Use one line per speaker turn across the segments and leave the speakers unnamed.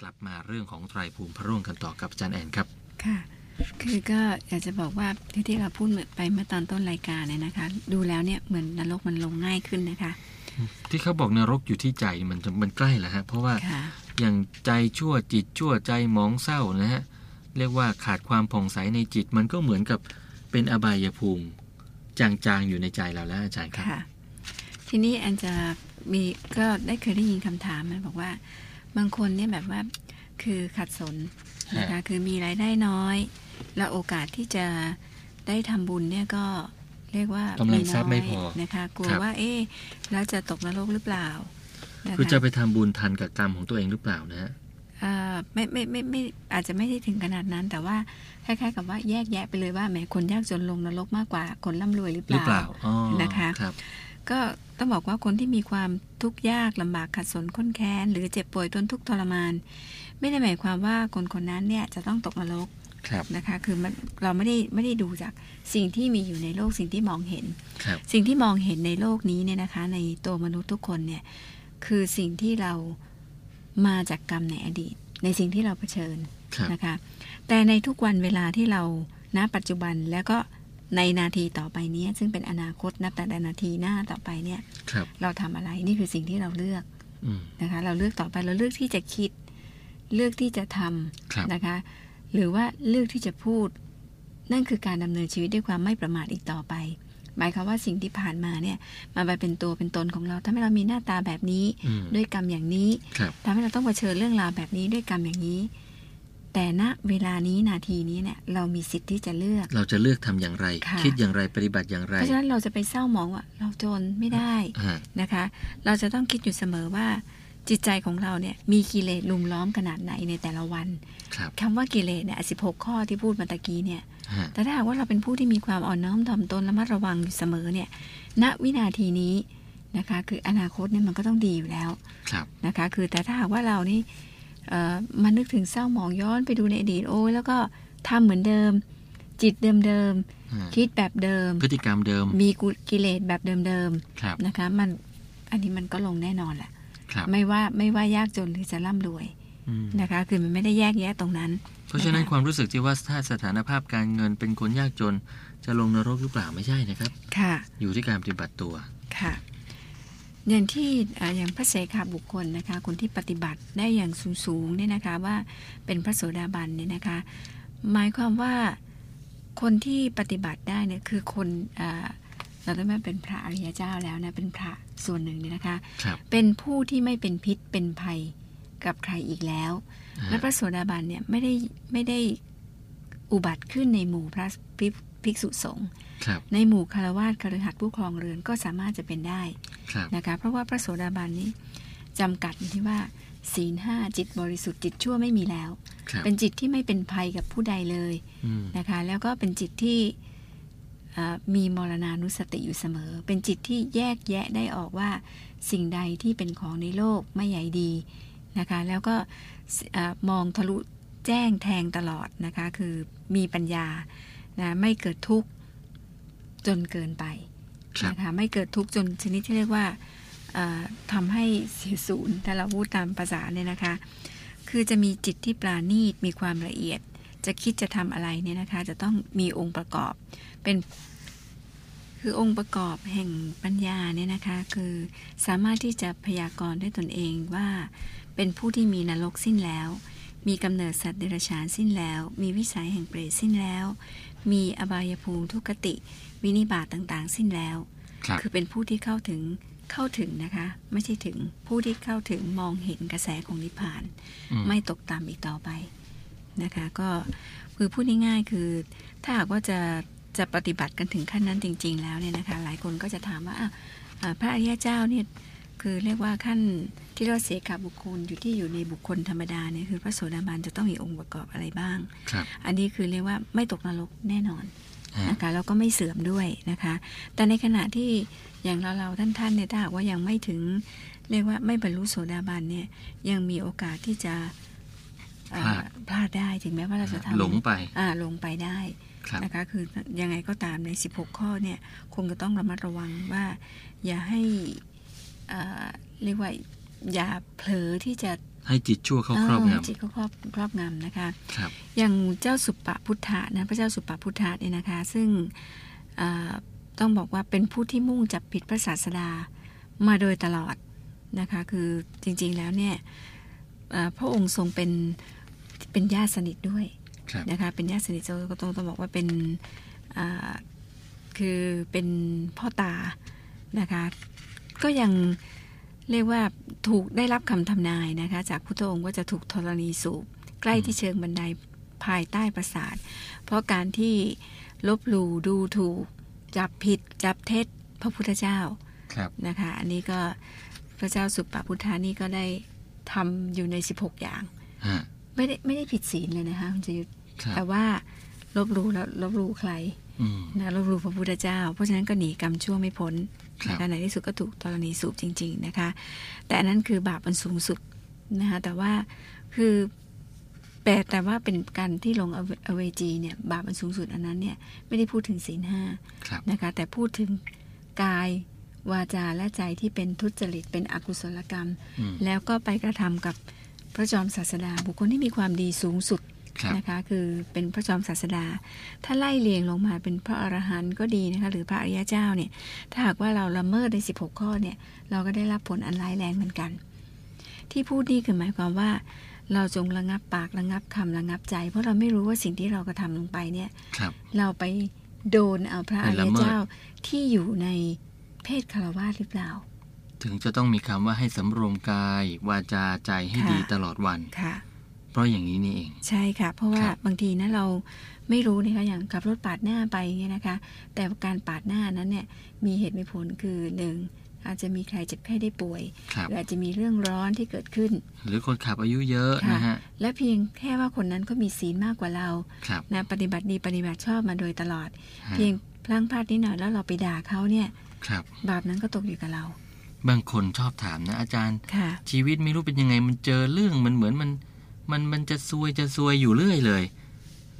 กลับมาเรื่องของไตรภูมิพระร่วงกันต่อกับอาจารย์แอนครับ
ค่ะ คือก็อยากจะบอกว่าที่ที่เราพูดไปเมื่อตอนต้นรายการเนี่ยนะคะ ดูแล้วเนี่ยเหมือนนรกมันลงง่ายขึ้นนะคะ
ที่เขาบอกนรกอยู่ที่ใจมันจะมันใกล้แล้วฮะเพราะว่า
ค่ะ
อย่างใจชั่วจิตชั่วใจหมองเศร้านะฮะเรียกว่าขาดความผ่องใสในจิตมันก็เหมือนกับเป็นอบายภูมิจางๆอยู่ในใจเราแล้วอาจารย์ครับ
ค่ะ ทีนี้อันจะมีก็ได้เคยได้ยินคำถามมันบอกว่า บางคนเนี่ยแบบว่าคือขัดสนนะคะคือมีรายได้น้อย แล้วโอกาสที่จะได้ทำบุญเนี่ยก็เรียกว่าก
ำลังทรัพย์ไม่พอ
นะคะกลัว
ครับ
ว่าเอ๊ะแล้วจะตกนรกหรือเปล่านะ
คือ
คะ
จะไปทำบุญทันกับกรรมของตัวเองหรือเปล่านะฮะ
เอ่อไม่ไม่ไม่ไม่อาจจะไม่ได้ถึงขนาดนั้น แต่ว่าคล้ายๆกับว่าแยกแยะไปเลยว่าแหมคนยากจนลงนรกมากกว่าคนร่ำรวยหรือเป
หรือ
ล่า
เปล่าอ๋อ
นะคะ
ครับ
ก็ต้องบอกว่าคนที่มีความทุกข์ยากลำบากขัดสนข้นแค้น หรือเจ็บป่วยทนทุกข์ทรมาน ไม่ได้หมายความว่าคนคนนั้นเนี่ยจะต้องตกนรก
ครับ
นะคะ คือมันเราไม่ได้ไม่ได้ดูจากสิ่งที่มีอยู่ในโลกสิ่งที่มองเห็น
ครับ
สิ่งที่มองเห็นในโลกนี้เนี่ยนะคะ ในตัวมนุษย์ทุกคนเนี่ยคือสิ่งที่เรามาจากกรรมในอดีต ในสิ่งที่เราเผชิญ
ครับ
นะคะแต่ในทุกวันเวลาที่เราณปัจจุบันแล้วก็ในนาทีต่อไปเนี้ยซึ่งเป็นอนาคตนับแต่นาทีหน้าต่อไปเนี่ย
ครับ
เราทำอะไรนี่คือสิ่งที่เราเลือก
อืม
นะคะเราเลือกต่อไปเราเลือกที่จะคิด เลือกที่จะท
ครับ
ำนะคะหรือว่าเลือกที่จะพูด นั่นคือการดำเนินชีวิตด้วยความไม่ประมาทอีกต่อไป หมายความว่าสิ่งที่ผ่านมาเนี่ยมันไปเป็นตัวเป็นตนของเราทำให้เรามีหน้าตาแบบนี้
อืม
ด้วยกรรมอย่างนี้
ครับ
ทำให้เราต้องเผชิญเรื่องราวแบบนี้ด้วยกรรมอย่างนี้ แต่ณเวลานี้นาทีนี้เนี่ยเรามีสิทธิ์ที่จะเลือก
เราจะเลือกทำอย่างไร
ค่ะ
คิดอย่างไร ปฏิบัติอย่างไร
เพราะฉะนั้นเราจะไปเศร้าหมองว่าเราจนไม่ได้
ฮะ
นะคะ เราจะต้องคิดอยู่เสมอว่า จิตใจของเราเนี่ยมีกิเลสลุมล้อมขนาดไหนในแต่ละวัน
ครับ
คำว่ากิเลสเนี่ยสิบหกข้อที่พูดมาตะกี้เนี่ย
ฮะ
แต่ถ้าหากว่าเราเป็นผู้ที่มีความอ่อนน้อมถ่อมตนระมัดระวังอยู่เสมอเนี่ย ณวินาทีนี้นะคะ คืออนาคตเนี่ยมันก็ต้องดีอยู่แล้ว
ครับ
นะคะคือแต่ถ้าหากว่าเรานี่เอ่อมานึกถึงเศร้าหมองย้อนไปดูในอดีตโอ้ยแล้วก็ทำเหมือนเดิม จิตเดิมเดิมๆ
ฮะ
คิดแบบเดิม
พฤติกรรมเดิม
มีกุกิเลสแบบเดิมเดิม
ครับ
ๆนะคะมันอันนี้มันก็ลงแน่นอนแหละ
ครับ
ไม่ว่าไม่ว่ายากจนหรือจะร่ำรวย
อืม
นะคะ คือมันไม่ได้แยกแยะตรงนั้น
เพราะฉะนั้นความรู้สึกที่ว่าถ้าสถานภาพการเงินเป็นคนยากจน จะลงนรกหรือเปล่าไม่ใช่นะครับ
ค่ะ
อยู่ที่การปฏิบัติตัว
ค่ะ อย่างที่เอ่ออย่างพระเสขาบุคคลนะคะ คนที่ปฏิบัติได้อย่างสูงๆเนี่ยนะคะว่าเป็นพระโสดาบันเนี่ยนะคะ หมายความว่าคนที่ปฏิบัติได้เนี่ยคือคนเอ่อเราต้องไม่เป็นพระอริยเจ้าแล้วนะเป็นพระส่วนหนึ่งเนี่ยนะคะ
ครับ
เป็นผู้ที่ไม่เป็นพิษเป็นภัยกับใครอีกแล้ว และพระโสดาบันเนี่ยไม่ได้ไม่ได้อุบัติขึ้นในหมู่พระภิกภิกษุสงฆ์
ครับ
ในหมู่คารวาสคฤหัสถ์ผู้ครองเรือนก็สามารถจะเป็นได้
ครับ
นะคะเพราะว่าพระโสดาบันนี้จำกัดอยู่ที่ว่า ศีลห้าจิตบริสุทธิ์จิตชั่วไม่มีแล้ว
ครับ
เป็นจิตที่ไม่เป็นภัยกับผู้ใดเลย
อืม
นะคะ แล้วก็เป็นจิตที่เอ่อมีมรณานุสติอยู่เสมอ เป็นจิตที่แยกแยะได้ออกว่าสิ่งใดที่เป็นของในโลกไม่ใหญ่ดีนะคะ แล้วก็เอ่อมองทะลุแจ้งแทงตลอดนะคะ คือมีปัญญานะไม่เกิดทุกข์จนเกินไป
ครับ
นะคะไม่เกิดทุกข์จนชนิดที่เรียกว่าเอ่อทำให้เสียศูนย์ถ้าเราพูดตามภาษาเนี่ยนะคะ คือจะมีจิตที่ปราณีตมีความละเอียด จะคิดจะทำอะไรเนี่ยนะคะ จะต้องมีองค์ประกอบเป็น คือองค์ประกอบแห่งปัญญาเนี่ยนะคะ คือสามารถที่จะพยากรณ์ด้วยตนเองว่า เป็นผู้ที่มีนรกสิ้นแล้ว มีกำเนิดสัตว์เดรัจฉานสิ้นแล้ว มีวิสัยแห่งเปรตสิ้นแล้ว มีอบายภูมิทุกขติ วินิบาตต่างๆ สิ้นแล้ว
ครับ
คือเป็นผู้ที่เข้าถึงเข้าถึงนะคะ ไม่ใช่ถึงผู้ที่เข้าถึงมองเห็นกระแสของนิพพาน
อืม
ไม่ตกต่ำอีกต่อไปนะคะ ก็คือพูดง่ายๆคือ ถ้าหากว่าจะจะปฏิบัติกันถึงขั้นนั้นจริง ๆ แล้วเนี่ยนะคะ หลายคนก็จะถามว่าอ้าวเอ่อพระอริยเจ้าเนี่ยคือเรียกว่าขั้นที่เราเสียกับบุคคลอยู่ที่อยู่ในบุคคลธรรมดาเนี่ยคือพระโสดาบันจะต้องมีองค์ประกอบอะไรบ้าง
ครับ
อันนี้คือเรียกว่าไม่ตกนรกแน่นอน
ฮะ
นะคะแล้วก็ไม่เสื่อมด้วยนะคะ แต่ในขณะที่อย่างเราเราๆท่านๆเนี่ยถ้าหากว่ายังไม่ถึงเรียกว่าไม่บรรลุโสดาบันเนี่ยยังมีโอกาสที่จะเอ่อพลาดได้ถึงแม้ว่าเราจะทำ
หลงไป
อ่าหลงไปได้
ครับ
นะคะ คือยังไงก็ตามใน 16 ข้อเนี่ยคงจะต้องระมัดระวังว่า อย่าให้เอ่อเรียกว่าอย่าเผลอที่จะ
ให้จิตชั่วเข้าครอบง
จิตเขาครอบครอบงำนะคะ
ำครับ
อย่างเจ้าสุปปพุทธะนะพระเจ้าสุปปพุทธะเนี่ยนะคะ ซึ่งเอ่อต้องบอกว่าเป็นผู้ที่มุ่งจับผิดพระศาสดามาโดยตลอดนะคะ คือจริงๆแล้วเนี่ยเอ่อพระองค์ทรงเป็นเป็นญาติสนิทด้วย
ครับ
นะคะเป็นญาติสนิทก็ต้องต้องบอกว่าเป็นอ่าคือเป็นพ่อตานะคะ ก็ยังเรียกว่าถูกได้รับคำทำนายนะคะ จากพุทธองค์ว่าจะถูกธรณีสูบ ใกล้ที่เชิงบันไดภายใต้ปราสาท เพราะการที่ลบหลู่ดูถูก จับผิดจับเท็จพระพุทธเจ้า
ครับ
นะคะ อันนี้ก็พระเจ้าสุปปพุทธานี่ก็ได้ทำอยู่ใน 16 อย่าง
ฮะ
ไม่ได้ไม่ได้ผิดศีลเลยนะคะคุณชยุทธ
ครับ
แต่ว่าลบหลู่แล้วลบหลู่ใคร
อืม
นะลบหลู่พระพุทธเจ้า เพราะฉะนั้นก็หนีกรรมชั่วไม่พ้น
ครับ
นะคะในที่สุดก็ถูกธรณีสูบจริง ๆนะคะ แต่อันนั้นคือบาปมันสูงสุดนะคะแต่ว่าคือแต่แต่ว่าเป็นการที่ลงอเวอเวจีเนี่ยบาปมันสูงสุดอันนั้นเนี่ยไม่ได้พูดถึงศีลห้า
ครับ
นะคะแต่พูดถึงกายวาจาและใจที่เป็นทุจริตเป็นอกุศลกรรม
อืม
แล้วก็ไปกระทำกับพระจอมศาสดา บุคคลที่มีความดีสูงสุด
ครับ
นะคะคือเป็นพระจอมศาสดา ถ้าไล่เลียงลงมาเป็นพระอรหันต์ก็ดีนะคะหรือพระอริยเจ้าเนี่ยถ้าหากว่าเราละเมิดใน 16 ข้อเนี่ยเราก็ได้รับผลอันร้ายแรงเหมือนกัน ที่พูดนี่คือหมายความว่า เราจงระงับปากระงับคำระงับใจ เพราะเราไม่รู้ว่าสิ่งที่เรากระทำลงไปเนี่ย
ครับ
เราไปโดนเอาพระอริยเจ้าที่อยู่ในเพศคารวาสหรือเปล่า
ถึงจะต้องมีคำว่าให้สำรวมกาย วาจาใจให้
ค่ะ
ดีตลอดวัน
ค่ะ
เพราะอย่างนี้นี่เอง
ใช่ค่ะ เพราะว่า
ครับ
บางทีนะเราไม่รู้นะคะอย่างขับรถปาดหน้าไปอย่างเงี้ยนะคะ แต่การปาดหน้านั้นเนี่ยมีเหตุมีผลคือหนึ่งอาจจะมีใครเจ็บไข้ได้ป่วย
ครับ
หรืออาจจะมีเรื่องร้อนที่เกิดขึ้น
หรือคนขับอายุเยอะ
ค่ะ
นะฮะ
และเพียงแค่ว่าคนนั้นก็มีศีลมากกว่าเรา
ครับ
นะปฏิบัติดีปฏิบัติชอบมาโดยตลอด
ฮะ
เพียงพลั้งพลาดนิดหน่อยแล้วเราไปด่าเขาเนี่ย
ครับ
บาปนั้นก็ตกอยู่กับเรา
บางคนชอบถามนะอาจารย์
ค่ะ
ชีวิตไม่รู้เป็นยังไงมันเจอเรื่องมันเหมือนมันมันมันจะซวยจะซวยอยู่เรื่อยเลย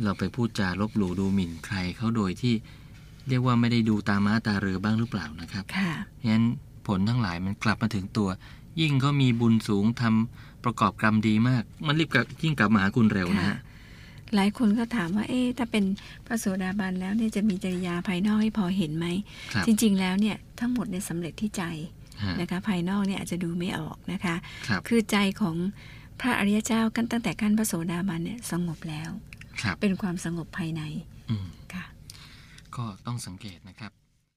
เราไปพูดจาลบหลู่ดูหมิ่นใครเขาโดยที่ เรียกว่าไม่ได้ดูตาม้าตาเรือบ้างหรือเปล่านะครับ
ค่ะ
งั้นผลทั้งหลายมันกลับมาถึงตัว ยิ่งเขามีบุญสูงทำประกอบกรรมดีมาก มันรีบกลับยิ่งกลับมาหาคุณเร็วนะ
ค่ะ
ฮะ
หลายคนก็ถามว่า เอ๊ะ ถ้าเป็นพระโสดาบันแล้วเนี่ยจะมีจริยาภายนอกให้พอเห็นไหม
ครับ
จริง ๆ แล้วเนี่ยทั้งหมดเนี่ยสำเร็จที่ใจ
ฮะ
นะคะ ภายนอกเนี่ยอาจจะดูไม่ออกนะคะ
ครับ
คือใจของพระอริยเจ้ากันตั้งแต่ขั้นพระโสดาบันเนี่ยสงบแล้ว
ครับ
เป็นความสงบภายใน
อืม
ค่ะ
ก็ต้องสังเกตนะครับ